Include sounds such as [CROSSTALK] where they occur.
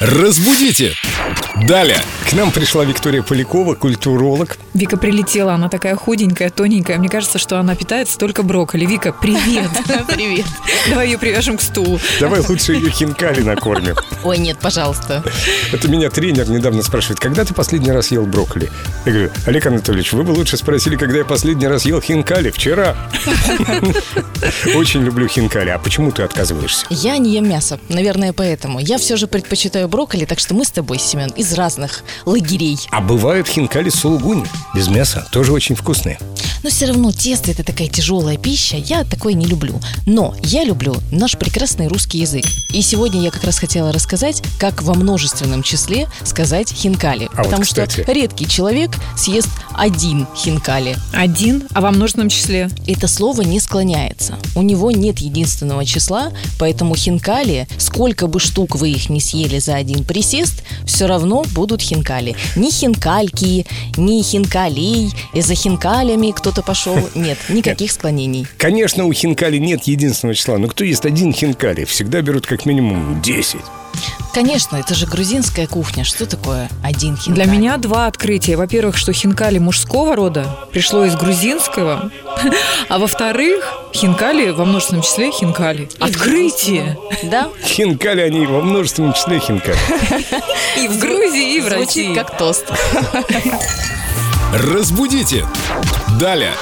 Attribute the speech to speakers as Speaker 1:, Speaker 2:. Speaker 1: Разбудите! Далее. К нам пришла Виктория Полякова, культуролог.
Speaker 2: Вика прилетела, она такая худенькая, тоненькая. Мне кажется, что она питается только брокколи. Вика, [LAUGHS] привет!
Speaker 3: Привет.
Speaker 2: Давай ее привяжем к стулу.
Speaker 1: Давай лучше ее хинкали накормим.
Speaker 3: Ой, нет, пожалуйста.
Speaker 1: Это меня тренер недавно спрашивает, когда ты последний раз ел брокколи? Я говорю, Олег Анатольевич, вы бы лучше спросили, когда я последний раз ел хинкали. Вчера. Очень люблю хинкали. А почему ты отказываешься?
Speaker 3: Я не ем мясо, наверное, поэтому. Я все же предпочитаю брокколи, так что мы с тобой, Семен, из разных лагерей.
Speaker 1: А бывают хинкали с сулугуни, без мяса, тоже очень вкусные.
Speaker 3: Но все равно тесто это такая тяжелая пища, я такое не люблю. Но я люблю наш прекрасный русский язык. И сегодня я как раз хотела рассказать, как во множественном числе сказать хинкали.
Speaker 1: А вот,
Speaker 3: потому
Speaker 1: кстати.
Speaker 3: что редкий человек съест один хинкали.
Speaker 2: Один, а во множественном числе.
Speaker 3: Это слово не склоняется. У него нет единственного числа, поэтому хинкали, сколько бы штук вы их не съели за один присест, все равно будут хинкали. Ни хинкальки, ни хинкалей, и за хинкалями кто-то пошел. Нет,
Speaker 2: [LAUGHS]
Speaker 3: никаких склонений.
Speaker 1: Конечно, у хинкали нет единственного числа, но кто ест один хинкали, всегда берут как минимум 10.
Speaker 3: Конечно, это же грузинская кухня. Что такое один хинкали?
Speaker 2: Для меня два открытия. Во-первых, что хинкали мужского рода пришло из грузинского. [LAUGHS] А во-вторых, хинкали во множественном числе хинкали.
Speaker 3: И в
Speaker 2: Открытие!
Speaker 3: грузинском. Да?
Speaker 1: Хинкали они во множественном числе хинкали.
Speaker 2: И в Грузии, и в
Speaker 3: Звучит
Speaker 2: России.
Speaker 3: как тост.
Speaker 1: Разбудите! Далее!